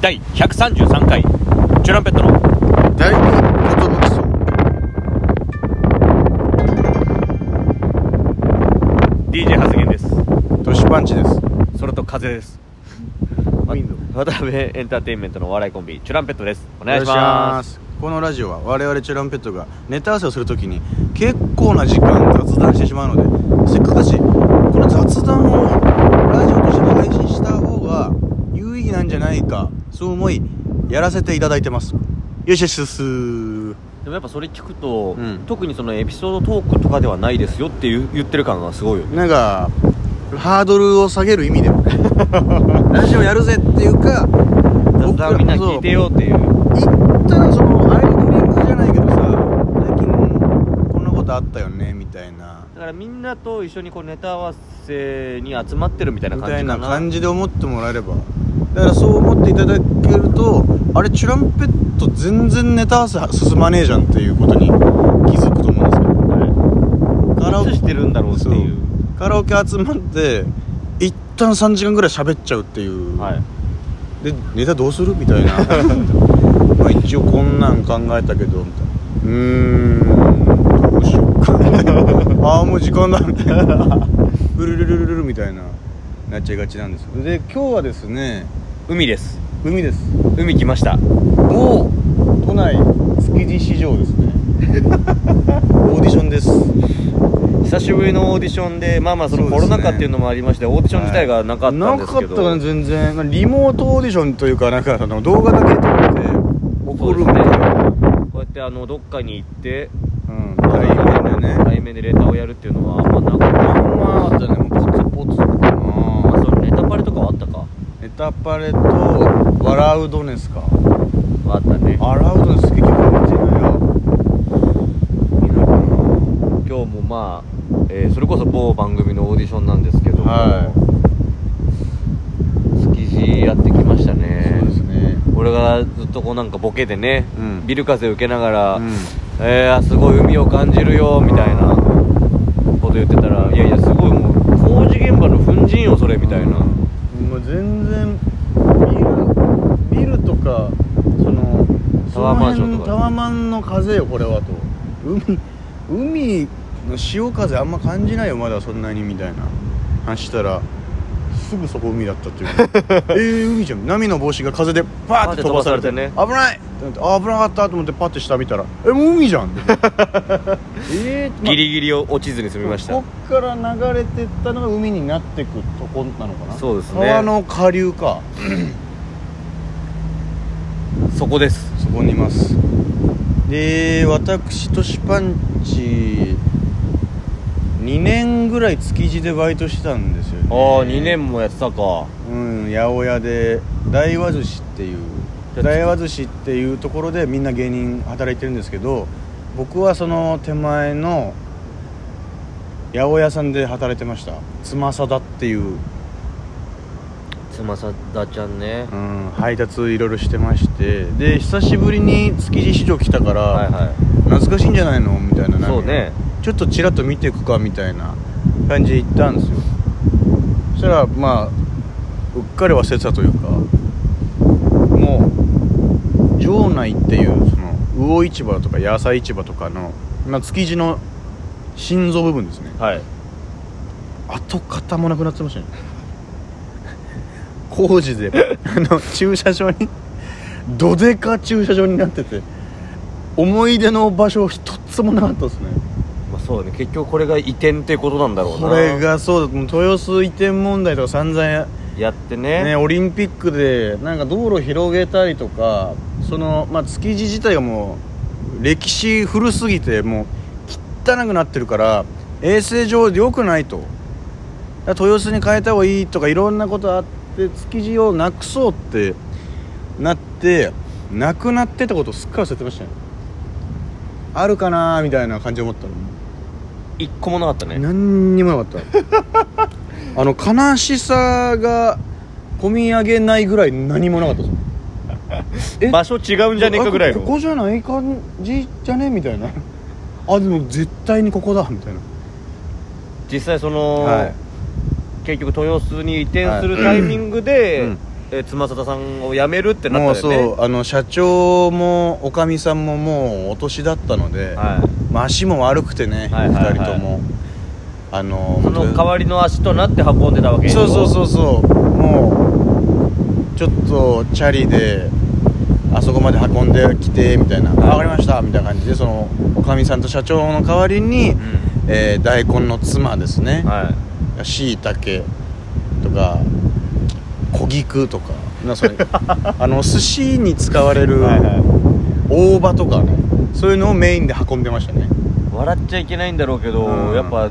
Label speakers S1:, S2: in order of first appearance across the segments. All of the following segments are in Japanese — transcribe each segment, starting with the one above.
S1: 第133回チュランペットの
S2: 第2ことぶきそう
S1: DJ 発言です
S2: トシパンチです
S1: それと風です
S2: ウィンドウ
S1: 渡辺エンターテインメントのお笑いコンビチュランペットですお願いします
S2: すこのラジオは我々チュランペットがネタ合わせをするときに結構な時間雑談してしまうのでせっかくだしこの雑談をラジオとして配信した方が有意義なんじゃないかそう思いやらせていただいてますよしよしよしよし
S1: でもやっぱそれ聞くと、
S2: うん
S1: 特にそのエピソードトークとかではないですよっていう言ってる感がすごいよね
S2: なんかハードルを下げる意味 でもねラジオやるぜっていうか
S1: 雑談みんな聞いてよっていう
S2: 一旦そのアイドリングじゃないけどさ最近こんなことあったよねみたいな
S1: だからみんなと一緒にこうネタ合わせに集まってるみたいな
S2: み
S1: 感じ
S2: た
S1: か
S2: い
S1: な
S2: な感じで思ってもらえればだからそう思っていただけるとあれチュランペット全然ネタ合わせ進まねえじゃんっていうことに気づくと思うんですけどカラオ
S1: はい、い
S2: ケ
S1: つしてるんだろうっていう
S2: そうカラオケ集まって一旦3時間ぐらい喋っちゃうっていう、
S1: はい
S2: でネタどうするみたいな まあ一応こんなん考えたけどみたいなうーんどうしようかああもう時間だみたいなブルルルルルルみたいななっちゃいがちなんですで今日はですね
S1: 海です
S2: 海です
S1: 海来ました
S2: もう都内築地市場です ねオーディションです
S1: 久しぶりのオーディションでまあまあその
S2: そう
S1: コ
S2: です
S1: ロ
S2: ね
S1: ナ禍っていうのもありましてオーディション自体がなかったんですけど、
S2: なかったね全然まあリモートオーディションというかなんかあの動画だけ撮って
S1: そ
S2: 怒
S1: う
S2: る
S1: で
S2: み
S1: すね
S2: たいな
S1: こうやってあのどっかに行って
S2: うん大変だね
S1: 対面でレターをやるっていうのはまあなかった
S2: あんまあったねポツポツか
S1: まあ
S2: な
S1: そのネタパレとかはあったか
S2: ネタパレと笑うドネスか
S1: はあったね
S2: 笑うドネス結局見てないよ見ないか
S1: 今日もまあ、えーそれこそ某番組のオーディションなんですけど、
S2: なは
S1: 築地やってきました
S2: い
S1: ね
S2: そうですね
S1: 俺がずっとこうなんかボケでね、
S2: うん
S1: ビル風受けながら、
S2: うん
S1: えー、すごい海を感じるよみたいなこと言ってたらいやいやすごいもう工事現場の粉塵よそれみたいな、
S2: もう全然ビルビルとかその
S1: タワーマンションとか
S2: その辺のタワマンの風よこれはと海海の潮風あんま感じないよまだそんなにみたいな話したらすぐそこ海だっ たっていうえー、海じゃん波の帽子が風でパーって飛ばされて
S1: パーって飛
S2: 危ないってなってあー危なかったと思ってパッて下見たらえもう海じゃん えー
S1: ギリギリを落ちずに済みました
S2: こっから流れてったのが海になってくとこなのかな
S1: そうですね
S2: 川の下流か
S1: そこです
S2: そこにいますで私としパンチ2年ぐらい築地でバイトしてたんですよね
S1: ああ2年もやってたか
S2: うん八百屋で大和寿司っていう
S1: じゃあ
S2: 大和寿司っていうところでみんな芸人働いてるんですけど僕はその手前の八百屋さんで働いてました翼だっていう
S1: つまさだちゃんね
S2: うん、配達いろいろしてましてで久しぶりに築地市場来たから、
S1: はいは
S2: 懐かしいんじゃないのみたいない
S1: そうね
S2: ちょっとちらっと見ていくかみたいな感じで行ったんですよそしたらまあうっかり忘れてたというかもう場内っていうその魚市場とか野菜市場とかの、まあ、築地の心臓部分ですね
S1: はい
S2: 跡形もなくなってましたね工事で あの駐車場にどでか駐車場になってて思い出の場所一つもなかったですね
S1: まあそうだね結局これが移転っていうことなんだろうな
S2: これがそうだもう豊洲移転問題とか散々や
S1: やってね
S2: ね、オリンピックでなんか道路広げたりとかその、まあ、築地自体がもう歴史古すぎてもう汚くなってるから衛生上良くないとだから豊洲に変えた方がいいとかいろんなことあって築地をなくそうってなってなくなってたことをすっかり忘れてましたねあるかなーみたいな感じで思ったの
S1: 一個もなかったね
S2: 何にもなかった あの悲しさが込み上げないぐらい何もな かったですえ
S1: 場所違うんじゃねえかぐらい
S2: あここ
S1: の
S2: じゃない感じじゃねみたいなあでも絶対にここだみたいな
S1: 実際その、
S2: はい
S1: 結局豊洲に移転するタイミングで、
S2: うん
S1: えー妻沙さんを辞めるってな
S2: もう
S1: ったよね
S2: そうあの社長もおかみさんももうお年だったので、
S1: は
S2: まあ、足も悪くてね、
S1: はいはいはい
S2: 2人ともあの
S1: い、その
S2: 本当に
S1: 代わりの足となって運んでたわけ
S2: そうそうそううそうもうちょっとチャリであそこまで運んできてみたいな
S1: は
S2: 「
S1: い
S2: あ分かりました」みたいな感じでそのおかみさんと社長の代わりに、
S1: ん
S2: えー大根の妻ですね
S1: は
S2: しいたけとか小菊とか なそれあの寿司に使われ
S1: い、
S2: る
S1: はいは
S2: 大葉とかねそういうのをメインで運んでましたね
S1: い、笑っちゃいけないんだろうけど、
S2: うん
S1: やっぱ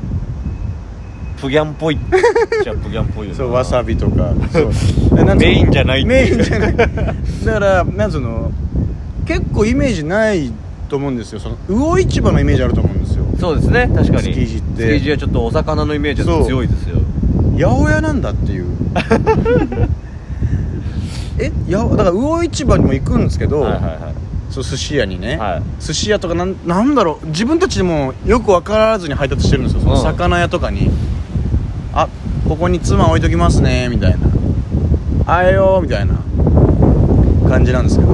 S1: プギャンっぽいじゃあプギャンっぽいよな
S2: そうわさびとか
S1: メインじゃないって
S2: メ
S1: い
S2: イ
S1: う
S2: ンじゃないだからなんつうの結構イメージないと思うんですよその魚市場のイメージあると思うんですよ
S1: そうですね確かに
S2: 築地って
S1: 築地はちょっとお魚のイメージが強いですよ
S2: 八百屋なんだっていう えやだから魚市場にも行くんですけど、
S1: はいはいはい
S2: そう寿司屋にね、
S1: はい
S2: 寿司屋とかなんなんだろう自分たちでもよく分からずに配達してるんですよその
S1: うん
S2: 魚屋とかに「あここに妻置いときますね」みたいな「あえよ」みたいな感じなんですけど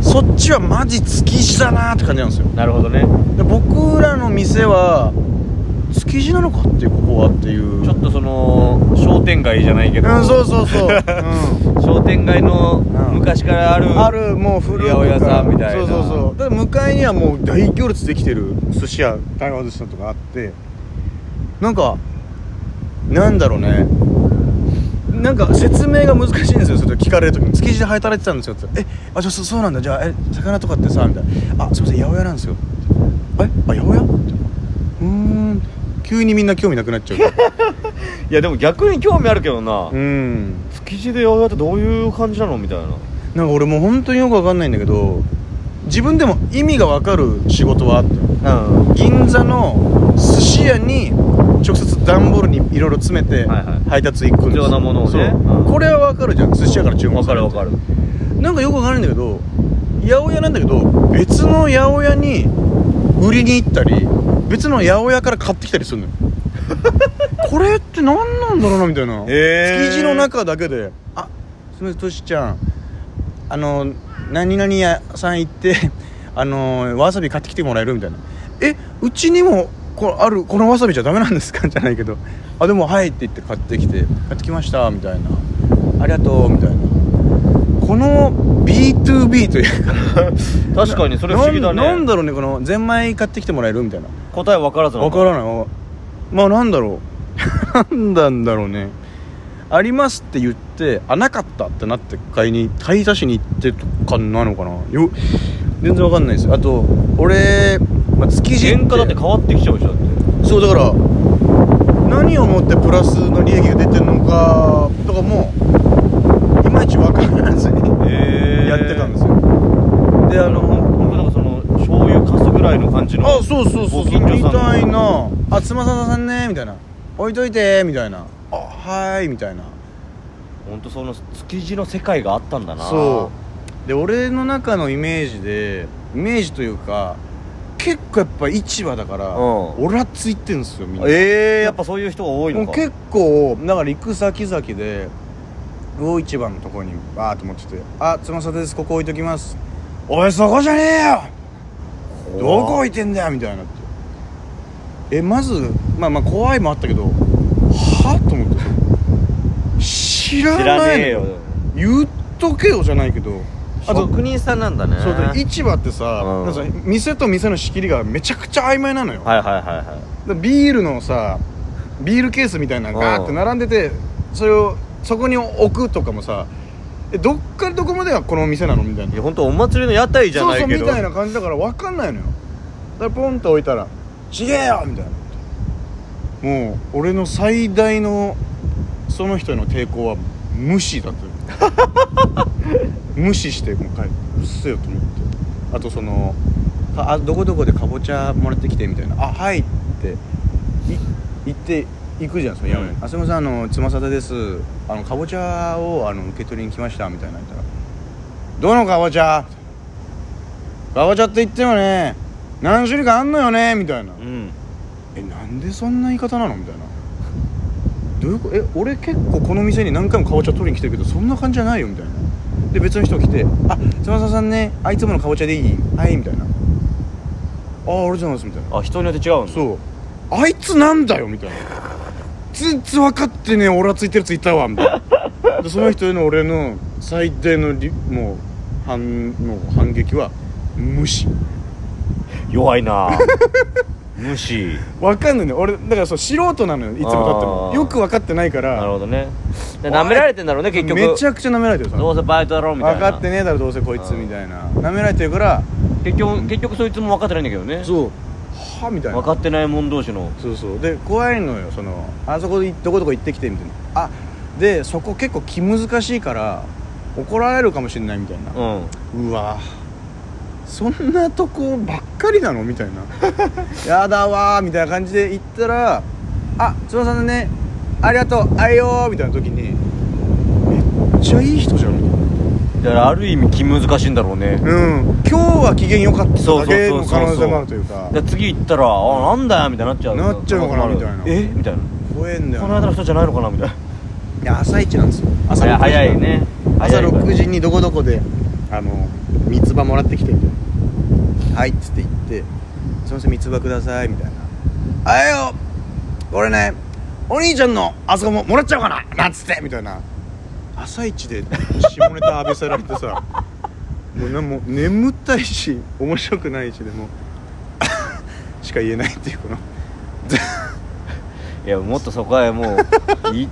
S2: そっちはマジ築地だなって感じなんですよ
S1: なるほどね
S2: で僕らの店は築地なのかっていうここはっていう
S1: ちょっとその商店街じゃないけど、
S2: うんそうそうそう、 うん
S1: 商店街の
S2: ん
S1: 昔からある、
S2: あるもう古い
S1: 八百屋さんみたいな
S2: そうそうそうだから向かいにはもう大行列できてる寿司屋大和寿司さんとかあってなんかなんだろうねなんか説明が難しいんですよそれ聞かれる時に築地で働いてたんですよってえあじゃあそそうなんだじゃあえ魚とかってさ」みたいな「あすいません八百屋なんですよ」えあ八百屋?」うーん急にみんな興味なくなっちゃう
S1: いやでも逆に興味あるけど な、
S2: うん
S1: 築地で八百屋ってどういう感じなのみたいな
S2: なんか俺もう本当によくわかんないんだけど自分でも意味がわかる仕事はあって
S1: うんは
S2: 銀座の寿司屋に直接段ボールにいろいろ詰め
S1: は
S2: て
S1: いはい
S2: 配達行くんです
S1: 必要なものをね
S2: そう
S1: うん
S2: これはわかるじゃん寿司屋から注文
S1: わ
S2: さ
S1: か
S2: れ
S1: る
S2: て
S1: わかる
S2: なんかよくわかんないんだけど八百屋なんだけど別の八百屋に売りに行ったり別の八百屋から買ってきたり するのよこれって何なんだろうなみたいな、
S1: へー
S2: 築地の中だけで「あすみませんトシちゃんあの何々屋さん行って あのわさび買ってきてもらえる?」みたいな「えうちにもこあるこのわさびじゃダメなんですか?」じゃないけど「あでもはい」って言って買ってきて「買ってきました」みたいな「ありがとう」みたいなこの B2B というか
S1: 確かにそれ不思議だね
S2: ななんだろうねこのゼンマイ買ってきてもらえるみたいな
S1: 答え分からずな
S2: わ
S1: の
S2: からないまあなんだろう なんなんだろうねありますって言ってあなかったってなって買いに買い足しに行ってとかなのかなよ全然わかんないですあと俺、まあ、築地って
S1: 原価だって変わってきちゃうでしょだって
S2: そうだから何をもってプラスの利益が出てるのかとかもいまいちわからずに
S1: へー
S2: やってたんですよであの
S1: 本当なんかその醤油かすぐらいの感じの
S2: あそうそうそ
S1: ご
S2: うそう
S1: 近所
S2: み
S1: さ
S2: たい
S1: んの
S2: な「あつまさださんね」みたいな「置いといて」みたいな「あはーい」みたいな
S1: 本当その築地の世界があったんだな
S2: そうで俺の中のイメージでイメージというか結構やっぱ市場だから、
S1: うん
S2: オラついてんすよみんな
S1: ええやっぱそういう人が多いの
S2: もう
S1: か
S2: 結構だから行く先々で魚市場のところにバーって持ってて「あつまさですここ置いときます」「おいそこじゃねえよ!」どこ置いてんだよみたいになってえまずまあまあ怖いもあったけどはと思って知らない
S1: 知らねえよ
S2: 言っとけよじゃないけどあと
S1: 職人さんなんだね
S2: そうだ市場ってさ、
S1: うん
S2: なんかさ店と店の仕切りがめちゃくちゃ曖昧なのよ、
S1: はいはいはいはい
S2: だビールのさビールケースみたいなのがガーって並んでてそれをそこに置くとかもさえどっからどこまでがこの店なのみたいない
S1: や本当お祭りの屋台じゃないけ
S2: そうそ
S1: ど
S2: うみたいな感じだから分かんないのよだからポンと置いたら「ちげえよ!」みたいなもう俺の最大のその人への抵抗は無視だったよ無視してもう帰るうっせえよと思ってあとその「かあどこどこでかぼちゃもらってきて」みたいな「あはい」ってい行って行くじゃんその山に、
S1: うん
S2: あすいませんあのつまさたですあのかぼちゃをあの受け取りに来ました」みたいな言ったら「どのかぼちゃ?」かぼちゃって言ってもね何種類かあんのよねみたいな
S1: うん
S2: えなんでそんな言い方なのみたいなどういうことえ俺結構この店に何回もかぼちゃ取りに来てるけどそんな感じじゃないよみたいなで別の人が来て「あ翼さんねあいつものかぼちゃでいいはい」みたいな「ああありがとうございます」みたいな
S1: あ人によって違うんだ
S2: そうあいつなんだよみたいな全然分かってねえ俺はついてるやついたわみたいなでその人への俺の最低のりもう反の反撃は無視
S1: 弱い な無視
S2: 分かんないね俺だからそう素人なのよいつもだっても
S1: あー
S2: よく分かってないから
S1: なるほどね で舐められてんだろうね結局
S2: めちゃくちゃ舐められてる
S1: どうせバイトだろうみたい
S2: 分
S1: な
S2: かってねえだろどうせこいつみたいな舐められてるから
S1: 結局結局そいつも分かってないんだけどね
S2: そうはみたいな
S1: 分かってないもん同士の
S2: そうそうで怖いのよそのあそこでどこどこ行ってきてみたいなあでそこ結構気難しいから怒られるかもしれないみたいな
S1: う、ん
S2: うわそんなとこばっかりなのみたいな やだわーみたいな感じで行ったら「あつばさんねありがとうあいよー」みたいな時に「めっちゃいい人じゃん」みたいな
S1: だからある意味気難しいんだろうね
S2: うん今日は機嫌良かった
S1: そうそう
S2: だ
S1: そうそう
S2: けの可能性もあるというか
S1: で次行ったらあなんだよみたいになっちゃう
S2: なっちゃうのかなみたいな
S1: えみたいな
S2: 怖えんだよ
S1: こ
S2: な
S1: の間の人じゃないのかなみたいない
S2: や朝一なんですよ朝
S1: い
S2: 6
S1: や
S2: 時
S1: 早いね
S2: 朝
S1: 早いから
S2: 6時にどこどこであの三つ葉もらってきてみたいなはい」っつって言って「すいません三つ葉ください」みたいな「あれよ俺ねお兄ちゃんのあそこももらっちゃおうかな」なんつってみたいな朝一で下ネタ浴びせられてさ もうなんも眠たいし面白くないしでもしか言えないっていうこの
S1: いやもっとそこはもうい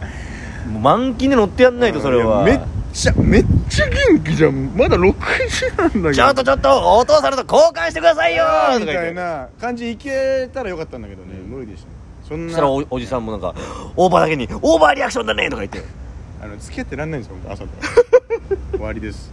S1: もう満勤で乗ってやんないとそれはい
S2: やめっちゃめっちゃ元気じゃんまだ6時なんだけど
S1: ちょっとちょっとお父さんと交換してくださいよーとか
S2: み
S1: 言ったて
S2: いな感じいけたらよかったんだけどね、無理でしたねそん
S1: そし
S2: な
S1: たらおおじさんもなんかオーバーだけにオーバーリアクションだねとか言って
S2: あの付き合ってらんないんですよ本当朝から終わりです